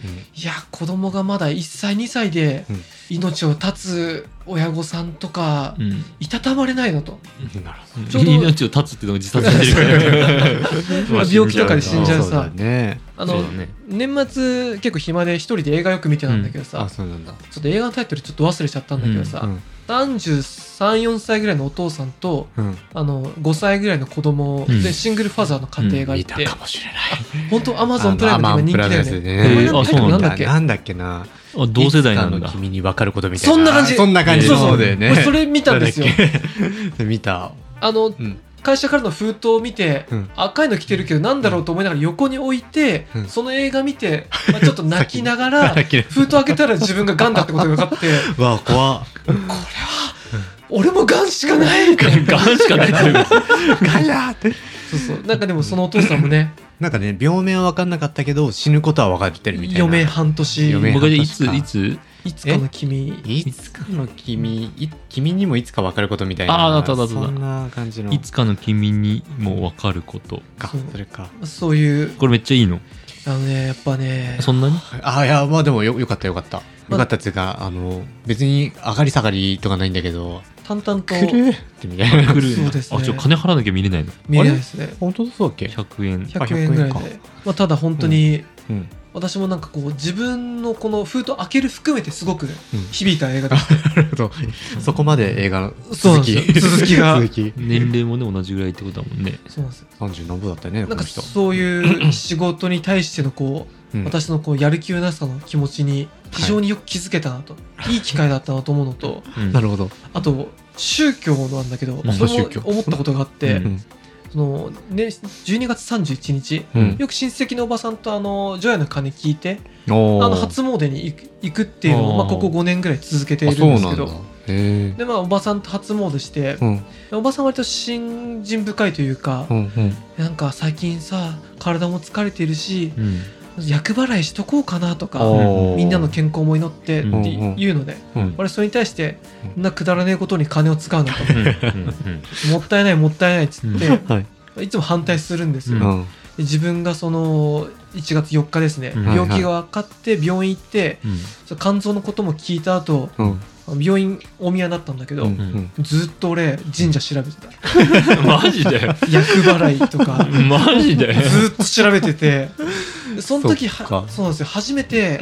[SPEAKER 2] や子供がまだ1歳2歳で
[SPEAKER 1] うん
[SPEAKER 2] 命を絶つ親御さんとか、
[SPEAKER 3] うん
[SPEAKER 2] いたたまれないのと
[SPEAKER 1] なるほ
[SPEAKER 2] ちょうど
[SPEAKER 3] 命を絶つっていうのが自殺してる から
[SPEAKER 2] まあ病気とかで死んじゃう
[SPEAKER 1] そうだね
[SPEAKER 2] あ
[SPEAKER 3] そ
[SPEAKER 2] の
[SPEAKER 3] うだね
[SPEAKER 2] 年末結構暇で一人で映画よく見てたんだけどさ、
[SPEAKER 1] あそうなんだ
[SPEAKER 2] ちょっと映画のタイトルちょっと忘れちゃったんだけどさ、
[SPEAKER 1] うん
[SPEAKER 2] 334歳ぐらいのお父さんと
[SPEAKER 1] うん
[SPEAKER 2] あの5歳ぐらいの子供
[SPEAKER 3] うん
[SPEAKER 2] でシングルファザーの家庭が
[SPEAKER 1] 見
[SPEAKER 2] い
[SPEAKER 1] た
[SPEAKER 2] て、
[SPEAKER 1] かもしれない
[SPEAKER 2] 本当アマゾンプライムで今人気だよね
[SPEAKER 1] あ
[SPEAKER 2] こ
[SPEAKER 3] ア
[SPEAKER 2] れ
[SPEAKER 3] マゾンプライム
[SPEAKER 2] タ
[SPEAKER 3] ですね
[SPEAKER 2] イトル
[SPEAKER 1] な
[SPEAKER 2] なんん
[SPEAKER 1] だ
[SPEAKER 2] だ
[SPEAKER 1] っ
[SPEAKER 2] っ
[SPEAKER 1] け
[SPEAKER 2] け
[SPEAKER 1] なんだっけな
[SPEAKER 3] あ同世代なん
[SPEAKER 1] いつ
[SPEAKER 3] だ
[SPEAKER 1] かの君に分かることみたいな
[SPEAKER 2] そんな感じ
[SPEAKER 1] そんな感じ
[SPEAKER 2] そうそう
[SPEAKER 1] そうだよね
[SPEAKER 2] 俺それ見たんですよ
[SPEAKER 1] 誰だっけ 見た
[SPEAKER 2] あの
[SPEAKER 1] うん
[SPEAKER 2] 会社からの封筒を見て、
[SPEAKER 1] うん
[SPEAKER 2] 赤いの着てるけどなんだろうと思いながら横に置いて、
[SPEAKER 1] うん
[SPEAKER 2] その映画見て、まあ、ちょっと泣きなが ら
[SPEAKER 1] 泣きながら
[SPEAKER 2] 封筒開けたら自分がガンだってことが分かって
[SPEAKER 1] わあ怖 っ
[SPEAKER 2] 俺もガンしかないって
[SPEAKER 3] ガンしかないっていう
[SPEAKER 1] ガヤーって
[SPEAKER 2] そうそうなんかでもそのお父さん もね
[SPEAKER 1] なんかね病名は分かんなかったけど死ぬことは分かってるみたいな
[SPEAKER 2] 余命半年
[SPEAKER 1] 余命
[SPEAKER 3] 僕でいつ
[SPEAKER 1] 確か
[SPEAKER 3] いつ
[SPEAKER 2] いつかの君
[SPEAKER 1] いつかの君い君にもいつか分かることみたいな
[SPEAKER 3] あああったあったあった
[SPEAKER 1] そんな感じの
[SPEAKER 3] いつかの君にも分かること
[SPEAKER 1] か
[SPEAKER 2] そう
[SPEAKER 1] それか
[SPEAKER 2] そういう
[SPEAKER 3] これめっちゃいいの
[SPEAKER 2] あのねやっぱね
[SPEAKER 3] そんなに
[SPEAKER 1] ああいやまあでもよよかったよかったよかったっていうかあの別に上がり下がりとかないんだけど
[SPEAKER 2] 淡々と
[SPEAKER 1] くるーってみたいな
[SPEAKER 3] 来る
[SPEAKER 2] そうですね
[SPEAKER 3] あちょ金払わなきゃ見れないの
[SPEAKER 2] 見えないですね
[SPEAKER 1] 本当そうだっけ
[SPEAKER 3] 100円
[SPEAKER 1] あ
[SPEAKER 2] 100円ぐらい
[SPEAKER 1] 100円
[SPEAKER 2] で、まあ、ただ本当に、
[SPEAKER 1] うん
[SPEAKER 2] 私もなんかこう自分のこの封筒開ける含めてすごく
[SPEAKER 1] ん
[SPEAKER 2] 響いた映画で した、
[SPEAKER 1] なるほどそこまで映画の
[SPEAKER 2] そうな
[SPEAKER 1] 続
[SPEAKER 2] ん
[SPEAKER 1] き
[SPEAKER 2] ですよ続きが
[SPEAKER 1] 続き
[SPEAKER 3] 年齢もね同じぐらいってことだもんね
[SPEAKER 2] そうなんですよ
[SPEAKER 1] 30何部だったよね
[SPEAKER 2] な
[SPEAKER 1] こ
[SPEAKER 2] ん
[SPEAKER 1] の
[SPEAKER 2] か
[SPEAKER 1] 人
[SPEAKER 2] そういう仕事に対してのこう
[SPEAKER 1] うん
[SPEAKER 2] 私のこうやる気のなさの気持ちに非常によく気づけたなと、い、い機会だったなと思うのと
[SPEAKER 1] なるほど
[SPEAKER 2] あと宗教なんだけど
[SPEAKER 3] ん
[SPEAKER 2] それ
[SPEAKER 1] 宗
[SPEAKER 2] も
[SPEAKER 1] 教
[SPEAKER 2] 思ったことがあって、
[SPEAKER 3] うん
[SPEAKER 2] そのね、12月31日
[SPEAKER 1] うん
[SPEAKER 2] よく親戚のおばさんとあの除夜の鐘聞いて
[SPEAKER 1] おー
[SPEAKER 2] あの初詣に行く行くっていうのを、まあ、
[SPEAKER 3] あー
[SPEAKER 2] ここ5年ぐらい続けてい
[SPEAKER 1] あ
[SPEAKER 2] るん
[SPEAKER 1] そう
[SPEAKER 2] です
[SPEAKER 1] な
[SPEAKER 2] け
[SPEAKER 1] んだ
[SPEAKER 2] ど
[SPEAKER 1] へえ
[SPEAKER 2] でまあおばさんと初詣して、
[SPEAKER 1] うん
[SPEAKER 2] おばさんは割と信心深いというか
[SPEAKER 1] う、んうん
[SPEAKER 2] なんか最近さ体も疲れてるし
[SPEAKER 3] うん
[SPEAKER 2] 厄払いしとこうかなとか
[SPEAKER 1] おー
[SPEAKER 2] みんなの健康も祈ってって
[SPEAKER 3] うん
[SPEAKER 2] いうので、
[SPEAKER 1] うん
[SPEAKER 2] 俺それに対して
[SPEAKER 1] うん
[SPEAKER 2] そんなくだらねえことに金を使うなと
[SPEAKER 3] うんうん
[SPEAKER 2] もったいないもったいないっつって、
[SPEAKER 1] はい
[SPEAKER 2] いつも反対するんですよ、
[SPEAKER 3] う
[SPEAKER 2] で
[SPEAKER 1] うん
[SPEAKER 2] 自分がその1月4日ですね、
[SPEAKER 3] うん
[SPEAKER 2] 病気が分かって病院行って
[SPEAKER 3] うん
[SPEAKER 2] その肝臓のことも聞いた後
[SPEAKER 1] うん
[SPEAKER 2] 病院大宮だったんだけど、
[SPEAKER 1] うんうん
[SPEAKER 2] ずっと俺神社調べてた
[SPEAKER 3] うんマジで
[SPEAKER 2] 厄払いとか
[SPEAKER 3] マジで
[SPEAKER 2] ずっと調べててで その時は
[SPEAKER 1] そっ
[SPEAKER 2] そ
[SPEAKER 1] か
[SPEAKER 2] うなんですよ初 めて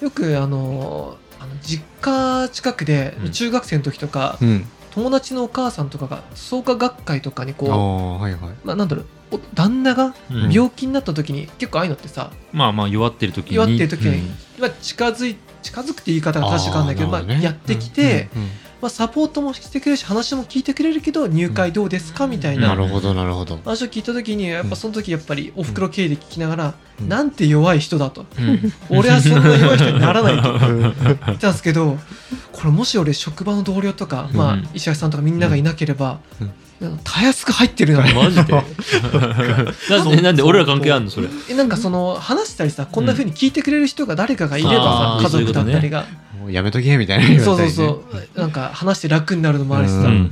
[SPEAKER 2] よくあのあの実家近くで
[SPEAKER 3] うん
[SPEAKER 2] 中学生の時とか、
[SPEAKER 1] うん
[SPEAKER 2] 友達のお母さんとかが創価学会とかに
[SPEAKER 1] あ
[SPEAKER 2] こ、
[SPEAKER 1] あはいはいう
[SPEAKER 2] まあ、なんだろうお旦那が
[SPEAKER 3] うん
[SPEAKER 2] 病気になった時に、結構ああいうのってさ、
[SPEAKER 3] まあまあ弱ってる時に
[SPEAKER 2] 弱ってる時に
[SPEAKER 3] うん
[SPEAKER 2] まあ、近づい近づくって言い方が正しくあるんだけど
[SPEAKER 1] あーなるほ
[SPEAKER 2] ま
[SPEAKER 1] ど
[SPEAKER 2] あ、
[SPEAKER 1] ね
[SPEAKER 2] やってきて、
[SPEAKER 1] うんうん
[SPEAKER 2] まあ、サポートもしてくれるし話も聞いてくれるけど入会どうですかみたい
[SPEAKER 3] うん
[SPEAKER 2] な
[SPEAKER 1] なるほどなるほど
[SPEAKER 2] 話を聞いた時にやっぱその時やっぱりおふくろ経理聞きながら、
[SPEAKER 1] うん
[SPEAKER 2] なんて弱い人だと、
[SPEAKER 3] うん
[SPEAKER 2] 俺はそんな弱い人にならないと言ってたんですけどここれもし俺職場の同僚とか、
[SPEAKER 3] うん
[SPEAKER 2] まあ、石橋さんとかみんながいなければ、なんかたやすく入ってるな
[SPEAKER 3] マジでなんでなんで
[SPEAKER 1] そう
[SPEAKER 3] 俺ら関係あんのそれ
[SPEAKER 2] えなんかその話したりさこんな風に聞いてくれる人が誰かがいればさ、
[SPEAKER 3] うん
[SPEAKER 2] 家族だったりが
[SPEAKER 1] もうやめとけみたいな言われ
[SPEAKER 2] そう
[SPEAKER 1] た
[SPEAKER 2] そう
[SPEAKER 1] りね
[SPEAKER 2] そう、なんか話して楽になるのもあるし
[SPEAKER 1] う
[SPEAKER 2] さ、
[SPEAKER 1] ん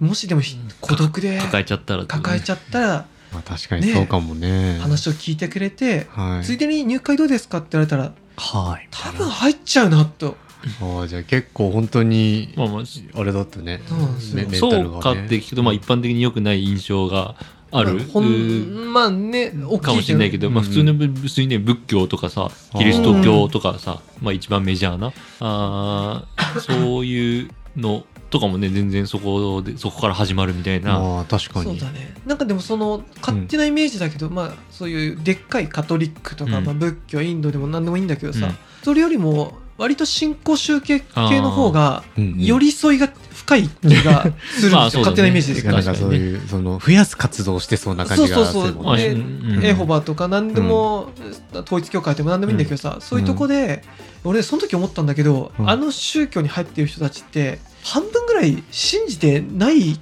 [SPEAKER 2] もしでもひ孤独で
[SPEAKER 3] 抱えちゃったら
[SPEAKER 2] 抱えちゃったら
[SPEAKER 1] まあ確かにそうかもね
[SPEAKER 2] 話を聞いてくれて、
[SPEAKER 1] はい
[SPEAKER 2] ついでに入会どうですかって言われたら
[SPEAKER 1] はい
[SPEAKER 2] 多分入っちゃうなと
[SPEAKER 1] ああじゃあ結構本当に
[SPEAKER 3] まあまあ
[SPEAKER 1] あれだったね
[SPEAKER 2] そうなんですよ
[SPEAKER 1] メメンタルが
[SPEAKER 3] そ
[SPEAKER 1] ね
[SPEAKER 3] うかって聞くとまあ一般的に良くない印象がある
[SPEAKER 2] ほんまあね大きい
[SPEAKER 3] かもしれないけど、まあ、
[SPEAKER 1] うん
[SPEAKER 3] 普通のぶ普通にね仏教とかさキリスト教とかさ、まあ、一番メジャーなあーそういうのとかもね全然そこでそこから始まるみたいな
[SPEAKER 1] ああ確か
[SPEAKER 2] そ
[SPEAKER 1] に
[SPEAKER 2] うだねなんかでもその勝手なイメージだけど、まあそういうでっかいカトリックとか、
[SPEAKER 3] うん
[SPEAKER 2] まあ、仏教インドでも何でもいいんだけどさ、
[SPEAKER 3] うん
[SPEAKER 2] それよりも割と信仰宗教系の方が
[SPEAKER 1] うんうん
[SPEAKER 2] 寄り添いが深い気 がするんですよ、
[SPEAKER 3] まあそうだね
[SPEAKER 2] 勝手なイメージですけど
[SPEAKER 1] なん
[SPEAKER 3] 確
[SPEAKER 1] か
[SPEAKER 3] かにね
[SPEAKER 1] そういうその増やす活動をしてそうな感じがするもん
[SPEAKER 2] そうそうそう
[SPEAKER 1] ね
[SPEAKER 2] で
[SPEAKER 3] うん
[SPEAKER 2] エホバとか何でも、統一教会でも何でもいいんだけどさ、そういうとこで、俺その時思ったんだけど、
[SPEAKER 1] うん
[SPEAKER 2] あの宗教に入ってる人たちって半分ぐらい信じてない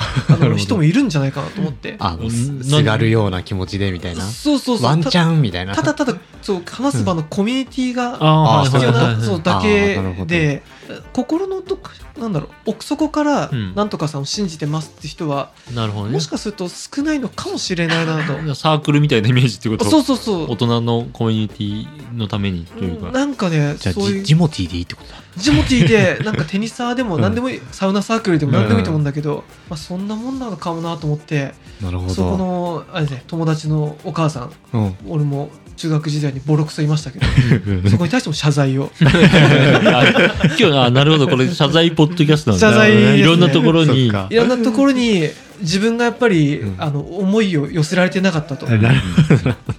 [SPEAKER 2] あ
[SPEAKER 1] なるほ
[SPEAKER 2] の
[SPEAKER 1] ど
[SPEAKER 2] 人もいるんじゃないかなと思って。
[SPEAKER 1] あもう
[SPEAKER 3] なん
[SPEAKER 1] す
[SPEAKER 3] です
[SPEAKER 1] がるような気持ちでみたいな
[SPEAKER 2] そうそうそう
[SPEAKER 1] ワンチャンみたい
[SPEAKER 2] た
[SPEAKER 1] な
[SPEAKER 2] ただただそう話す場のコミュニティが
[SPEAKER 1] ー
[SPEAKER 3] あ
[SPEAKER 2] 必要な
[SPEAKER 1] あ
[SPEAKER 2] そう
[SPEAKER 1] だ
[SPEAKER 2] だ
[SPEAKER 1] はい
[SPEAKER 2] け
[SPEAKER 1] はいはい
[SPEAKER 2] で心のどっかなんだろう奥底から
[SPEAKER 3] うん
[SPEAKER 2] なんとかさんを信じてますって人は、
[SPEAKER 3] なるほどね
[SPEAKER 2] もしかすると少ないのかもしれないな と
[SPEAKER 3] サークルみたいなイメージってこと
[SPEAKER 2] そうそうそう
[SPEAKER 3] 大人のコミュニティのためにというか、
[SPEAKER 2] なんかね、
[SPEAKER 1] じゃあ
[SPEAKER 2] そうい
[SPEAKER 1] ジ
[SPEAKER 2] う
[SPEAKER 1] ジモティーでいいってことだ
[SPEAKER 2] ジモティーで、なんかテニサーでも
[SPEAKER 1] うん
[SPEAKER 2] 何でもいい、サウナサークルでも何でもいいと思うんだけど、まあそんなもんなのかもなと思って、
[SPEAKER 1] なるほ
[SPEAKER 2] そこ
[SPEAKER 1] ど
[SPEAKER 2] の、あれですね、友達のお母さん、
[SPEAKER 1] うん
[SPEAKER 2] 俺も中学時代にボロクソ言いました けど、そこに対しても謝罪を。
[SPEAKER 3] あ今日あなるほどこれ謝罪ポッドキャストなんだ
[SPEAKER 2] 謝罪ですね
[SPEAKER 3] いろんなところに
[SPEAKER 1] そっか
[SPEAKER 2] いろんなところに、自分がやっぱり、
[SPEAKER 1] うん
[SPEAKER 2] あの、思いを寄せられてなかったと。
[SPEAKER 1] なる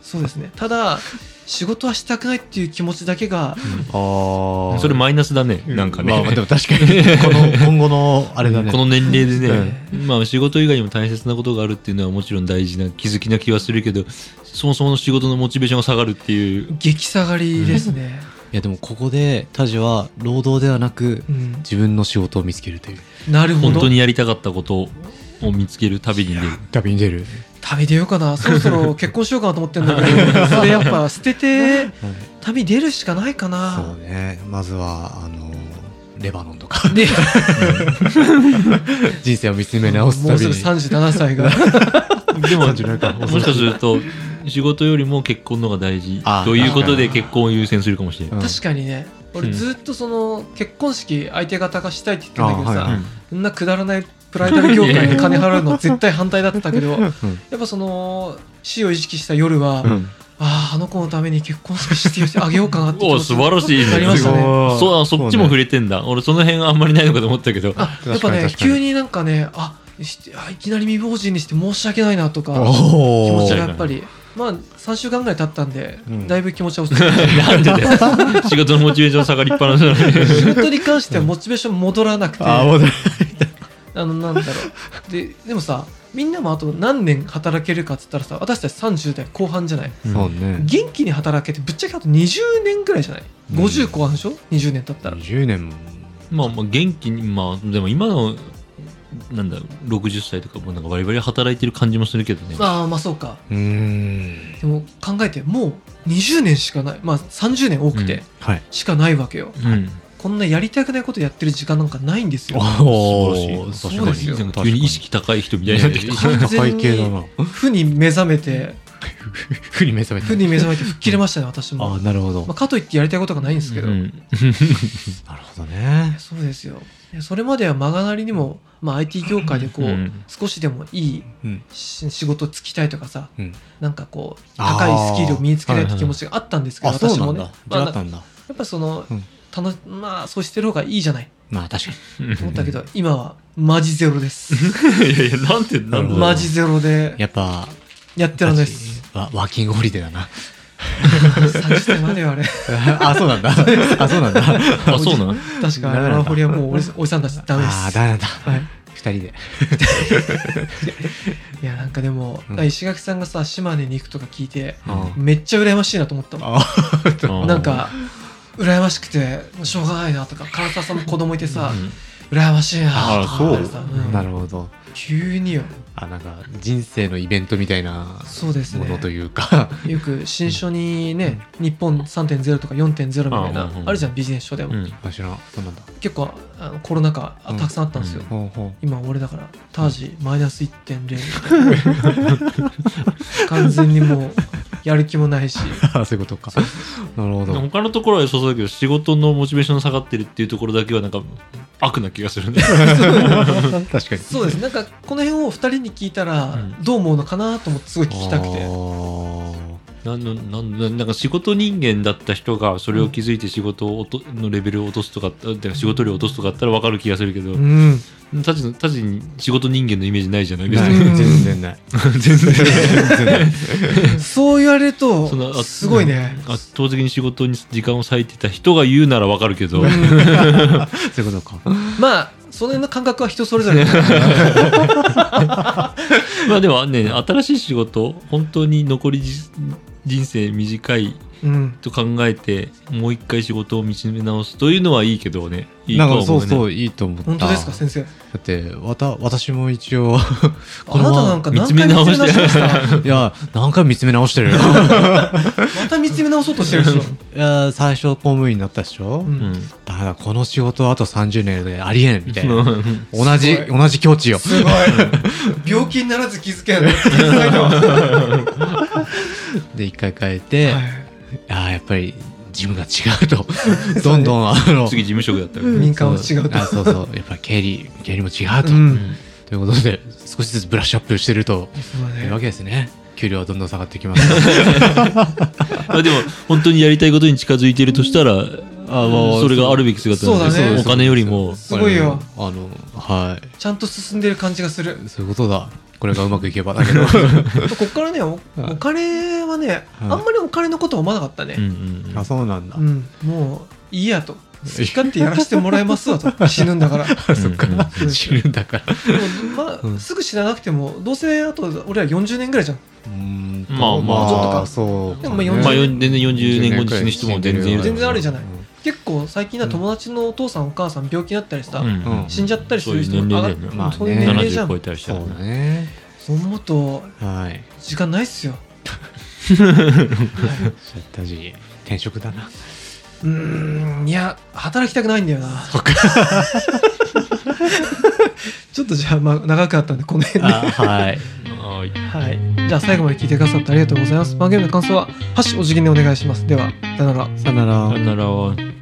[SPEAKER 2] そうですね。ただ、仕事はしたくないっていう気持ちだけが、
[SPEAKER 1] ほどあー
[SPEAKER 3] それマイナスだねなんかね、
[SPEAKER 1] まあまあでも確かにこの今後のあれだね
[SPEAKER 3] この年齢でね、
[SPEAKER 2] う
[SPEAKER 3] まあ仕事以外にも大切なことがあるっていうのはもちろん大事な気づきな気はするけどそもそもの仕事のモチベーションが下がるっていう
[SPEAKER 2] 激下がりですね。
[SPEAKER 1] いやでもここでタジは労働ではなく
[SPEAKER 2] うん。
[SPEAKER 1] 自分の仕事を見つけるという
[SPEAKER 2] なるほ
[SPEAKER 3] 本
[SPEAKER 2] ど
[SPEAKER 3] 当。にやりたかったことを見つける旅に出る
[SPEAKER 1] 旅に出る
[SPEAKER 2] 旅出ようかなそろそ ろ結婚しようかなと思ってるんだけどそれやっぱ捨てて旅出るしかないか
[SPEAKER 1] そう
[SPEAKER 2] な
[SPEAKER 1] ねまずはあのレバノンとか
[SPEAKER 2] で
[SPEAKER 1] 人生を見つめ
[SPEAKER 2] も
[SPEAKER 1] 直
[SPEAKER 2] う
[SPEAKER 1] す
[SPEAKER 2] すぐ
[SPEAKER 1] 旅に
[SPEAKER 2] 37歳 が
[SPEAKER 1] でもも
[SPEAKER 3] もしかすると仕事よりも結婚の方が大事
[SPEAKER 1] あー
[SPEAKER 3] ということ
[SPEAKER 2] 確か
[SPEAKER 3] で
[SPEAKER 2] に
[SPEAKER 3] 結婚を優先するかもしれない、
[SPEAKER 2] 確かにね俺
[SPEAKER 3] うん
[SPEAKER 2] ずっとその結婚式相手方がしたいって言ってんだけど
[SPEAKER 1] あはいは
[SPEAKER 2] さ
[SPEAKER 1] い
[SPEAKER 2] そんなくだらないプライドル業界に金払うの絶対反対だったけどや
[SPEAKER 1] うん
[SPEAKER 2] っぱその死を意識した夜は、
[SPEAKER 1] う
[SPEAKER 2] あ
[SPEAKER 1] ん
[SPEAKER 2] ああの子のために結婚式してあげようかなって気
[SPEAKER 3] お
[SPEAKER 2] 持
[SPEAKER 3] お
[SPEAKER 2] ち
[SPEAKER 3] 素晴らしい
[SPEAKER 2] なりました
[SPEAKER 1] すごい
[SPEAKER 2] ね
[SPEAKER 1] あー
[SPEAKER 3] そうあそっちも触れてんだ、俺その辺はあんまりないのかと思ったけど
[SPEAKER 2] あやっ
[SPEAKER 1] 確か
[SPEAKER 2] ぱ
[SPEAKER 1] に
[SPEAKER 2] ね
[SPEAKER 1] 確かに
[SPEAKER 2] 急になんかねあしてあいきなり未亡人にして申し訳ないなとか気
[SPEAKER 1] お
[SPEAKER 2] 持
[SPEAKER 1] お
[SPEAKER 2] ちがやっぱりまあ3週間ぐらい経ったんで、
[SPEAKER 1] うん
[SPEAKER 2] だいぶ気持ちは落ち着 いて
[SPEAKER 3] なんでだよ仕事のモチベーション下がりっぱなしなのに
[SPEAKER 2] 仕事に関してはモチベーション戻らなくて
[SPEAKER 1] あ
[SPEAKER 2] あ
[SPEAKER 1] もう
[SPEAKER 2] のなんだろうででもさみんなもあと何年働けるかっつったらさ私たち30代後半じゃない
[SPEAKER 1] そうね
[SPEAKER 2] 元気に働けてぶっちゃけあと20年ぐらいじゃない50後半でしょ20年経ったら
[SPEAKER 1] 20年も
[SPEAKER 3] まあまあ元気にまあでも今のなんだ60歳とかもなんかバリバリ働いてる感じもするけどね
[SPEAKER 2] ああまあそうか
[SPEAKER 1] うーん
[SPEAKER 2] でも考えてもう20年しかないまあ30年多く
[SPEAKER 3] うん
[SPEAKER 2] て
[SPEAKER 1] はい
[SPEAKER 2] しかないわけよ、
[SPEAKER 3] うん
[SPEAKER 2] こんなやりたくないことやってる時間なんかないんですよ
[SPEAKER 1] お
[SPEAKER 3] お
[SPEAKER 1] おそ
[SPEAKER 3] そ
[SPEAKER 1] うう
[SPEAKER 3] で
[SPEAKER 1] ですす
[SPEAKER 3] よ
[SPEAKER 1] よ
[SPEAKER 3] なんか急に意識高い人みたいになってきて
[SPEAKER 2] 完全に
[SPEAKER 1] 高い系だな
[SPEAKER 2] 負に目覚めて
[SPEAKER 1] ふに目覚め
[SPEAKER 2] 負
[SPEAKER 1] て
[SPEAKER 2] に目覚めて吹っ切れま したね私も
[SPEAKER 1] ああなるほど
[SPEAKER 2] まあ、かといってやりたいことがないんですけど、
[SPEAKER 3] う
[SPEAKER 2] い
[SPEAKER 3] ん
[SPEAKER 1] なるほどね
[SPEAKER 2] やそうですよいやそれまではまがなりにも、まあ、IT 業界でこう、
[SPEAKER 3] うん
[SPEAKER 2] 少しでもいい
[SPEAKER 1] うん
[SPEAKER 2] し仕事つきたいとかさ
[SPEAKER 1] うん
[SPEAKER 2] なんかこう
[SPEAKER 1] あー
[SPEAKER 2] 高いスキルを身につけたいって気持ちがあったんですけど、
[SPEAKER 1] あそう
[SPEAKER 2] 私
[SPEAKER 1] な
[SPEAKER 2] も
[SPEAKER 1] ん
[SPEAKER 2] ね
[SPEAKER 1] だじ
[SPEAKER 2] まあ
[SPEAKER 1] ゃあ
[SPEAKER 2] な
[SPEAKER 1] あった
[SPEAKER 2] んかや
[SPEAKER 1] んだ
[SPEAKER 2] っぱその、
[SPEAKER 1] うん
[SPEAKER 2] 楽しまあそうしてる方がいいじゃない
[SPEAKER 1] まあ確かに
[SPEAKER 2] と思ったけど、今はマジゼロです
[SPEAKER 3] いやいやなんてなん
[SPEAKER 1] う
[SPEAKER 3] だ
[SPEAKER 1] ん
[SPEAKER 2] マジゼロで
[SPEAKER 1] やっぱ
[SPEAKER 2] やってらんないです
[SPEAKER 1] ワワーキングホリデーだな
[SPEAKER 2] 30歳までよあれ
[SPEAKER 1] あそうなんだあそうなんだ
[SPEAKER 3] あそうなの
[SPEAKER 2] 確か
[SPEAKER 1] ダメなんだ
[SPEAKER 2] ワーホリはもうおじおじさんたちダメです
[SPEAKER 1] ああダメなんだ
[SPEAKER 2] はい
[SPEAKER 1] 二人で
[SPEAKER 2] いやなんかでも、
[SPEAKER 1] うん
[SPEAKER 2] 石垣さんがさ島根に行くとか聞いて
[SPEAKER 1] うん
[SPEAKER 2] めっちゃ羨ましいなと思ったも
[SPEAKER 1] あ
[SPEAKER 2] んなんか羨ましくてもうしょうがないなとか唐沢さんも子供いてさ、羨ましいな
[SPEAKER 3] あ
[SPEAKER 2] とか
[SPEAKER 3] そう
[SPEAKER 2] 思ってさん
[SPEAKER 1] なるほど
[SPEAKER 2] 急によ
[SPEAKER 1] あなんか人生のイベントみたいな
[SPEAKER 2] そうです
[SPEAKER 1] も
[SPEAKER 2] ね
[SPEAKER 1] のというか
[SPEAKER 2] よく新書にね日本3.0とか4.0みたい
[SPEAKER 3] あ
[SPEAKER 2] な
[SPEAKER 3] うんうん
[SPEAKER 2] あるじゃんビジネス書でも、
[SPEAKER 3] うん
[SPEAKER 1] あ知らんそうなんだ
[SPEAKER 2] 結構あのコロナ禍あたくさんあったんですよ、
[SPEAKER 3] うん
[SPEAKER 1] ほうほう
[SPEAKER 2] 今俺だからタージマイナス1.0完全にもうやる気もないし
[SPEAKER 1] あ そういうことかなるほ ど
[SPEAKER 3] 他のところはそうだけど仕事のモチベーションが下がってるっていうところだけはなんか悪な気がするね
[SPEAKER 1] 確かに
[SPEAKER 2] そうですなんかこの辺を2人に聞いたら
[SPEAKER 3] うん
[SPEAKER 2] どう思うのかなと思ってすごい聞きたく
[SPEAKER 1] あ
[SPEAKER 2] て
[SPEAKER 1] ー
[SPEAKER 3] なんのなんなんなんか仕事人間だった人がそれを気づいて仕事を落とのレベルを落とすとかあてか仕事量を落とすとかあったら分かる気がするけど
[SPEAKER 2] うん
[SPEAKER 3] たちのたちに仕事人間のイメージないじゃない別
[SPEAKER 1] ない
[SPEAKER 3] に
[SPEAKER 2] うん
[SPEAKER 1] 全然ない
[SPEAKER 3] 全然
[SPEAKER 1] 全然ない
[SPEAKER 2] そう言われる
[SPEAKER 3] その
[SPEAKER 2] と
[SPEAKER 3] あ
[SPEAKER 2] すごいね
[SPEAKER 3] 圧倒的に仕事に時間を割いてた人が言うなら分かるけど、
[SPEAKER 2] うん
[SPEAKER 1] そういうことか
[SPEAKER 2] まあその辺の感覚は人それぞれ
[SPEAKER 3] まあでもね新しい仕事本当に残りじ人生短い
[SPEAKER 2] うん
[SPEAKER 3] と考えてもう一回仕事を見つめ直すというのはいいけどねいい
[SPEAKER 1] な
[SPEAKER 3] とは
[SPEAKER 1] ん
[SPEAKER 3] 思
[SPEAKER 1] かそうそうういいと思った
[SPEAKER 2] 本当ですか先生
[SPEAKER 1] だってわた私も一応
[SPEAKER 2] あなたなんか何回見
[SPEAKER 3] 見つ
[SPEAKER 2] つ
[SPEAKER 3] め
[SPEAKER 2] め
[SPEAKER 3] 直
[SPEAKER 2] 直
[SPEAKER 3] し
[SPEAKER 2] してました
[SPEAKER 1] いや何回も見つめ直 してるよ
[SPEAKER 2] また見つめ直そうとしてるでしょ、
[SPEAKER 1] いや最初公務員になったでしょ、
[SPEAKER 2] う
[SPEAKER 3] ね
[SPEAKER 2] ん
[SPEAKER 1] だからこの仕事はあと30年でありえんみたいな
[SPEAKER 3] うん
[SPEAKER 1] 同じ
[SPEAKER 2] すごい
[SPEAKER 1] 同じ境地よ
[SPEAKER 2] すごい病気にならず気づけない
[SPEAKER 1] で一回変えて、
[SPEAKER 2] はい
[SPEAKER 1] ああやっぱりジムが違う とどんどんあの
[SPEAKER 3] 次事務職だったからね、
[SPEAKER 2] 民間は違うと
[SPEAKER 1] あそうそうやっぱり経理経理も違うと、
[SPEAKER 2] うん
[SPEAKER 3] うん
[SPEAKER 1] ということで少しずつブラッシュアップしてると
[SPEAKER 2] そうだ
[SPEAKER 1] い
[SPEAKER 2] ね
[SPEAKER 1] うわけですね給料はどんどん下がってきます
[SPEAKER 3] まあでも本当にやりたいことに近づいているとしたら
[SPEAKER 1] あもう
[SPEAKER 3] それがあるべき姿なん
[SPEAKER 2] そうだね
[SPEAKER 3] お金よりも
[SPEAKER 2] すごいよ
[SPEAKER 1] あのは
[SPEAKER 2] ちゃんと進んでる感じがする
[SPEAKER 1] いそういうことだこれがうまくいけばだ けど
[SPEAKER 2] こっからねお
[SPEAKER 1] はい
[SPEAKER 2] お金はねあんまりお金のことは思わなかった
[SPEAKER 3] うんう
[SPEAKER 2] ね
[SPEAKER 3] んうん
[SPEAKER 1] あそうなんだ、
[SPEAKER 2] うんもういいやと好き勝手やらせてもらいますわと死ぬんだからも
[SPEAKER 1] そっか、
[SPEAKER 3] う
[SPEAKER 1] 死ぬんだから
[SPEAKER 2] うま
[SPEAKER 1] うん
[SPEAKER 2] あすぐ死ななくてもどうせあと俺ら40年ぐらいじゃん
[SPEAKER 1] うーん
[SPEAKER 3] まあまあ
[SPEAKER 2] ちょっとか
[SPEAKER 1] そうかね
[SPEAKER 2] でもまあ
[SPEAKER 3] まあ、よ
[SPEAKER 2] 40
[SPEAKER 3] ん全然40年後に死ぬ人も全然いる
[SPEAKER 2] 全然あるじゃない
[SPEAKER 1] うん
[SPEAKER 2] 結構最近は友達のお父さんお母さん病気になったりさ、
[SPEAKER 3] うん
[SPEAKER 1] うん
[SPEAKER 2] 死んじゃったりする人
[SPEAKER 3] そういう
[SPEAKER 2] も
[SPEAKER 3] 年
[SPEAKER 2] あ
[SPEAKER 3] 齢だよね
[SPEAKER 1] まあ
[SPEAKER 2] が
[SPEAKER 1] ね
[SPEAKER 2] そういう年齢じゃ
[SPEAKER 3] 70
[SPEAKER 2] ん
[SPEAKER 3] 超えたりした
[SPEAKER 1] そ
[SPEAKER 3] ら
[SPEAKER 1] う
[SPEAKER 3] ね
[SPEAKER 1] だね
[SPEAKER 2] そう思うと
[SPEAKER 1] はい
[SPEAKER 2] 時間ないっすよ
[SPEAKER 1] じゃあタジ転職だな
[SPEAKER 2] うーんいや働きたくないんだよな ちょっとじゃあ、まあ、長くなったんでこの辺で、
[SPEAKER 1] はい
[SPEAKER 3] はい
[SPEAKER 2] はい、じゃあ最後まで聞いてくださってありがとうございます番組の感想は「ハッシュお辞儀」でお願いしますではさよなら
[SPEAKER 1] さよな
[SPEAKER 3] さ
[SPEAKER 1] ら
[SPEAKER 3] よなら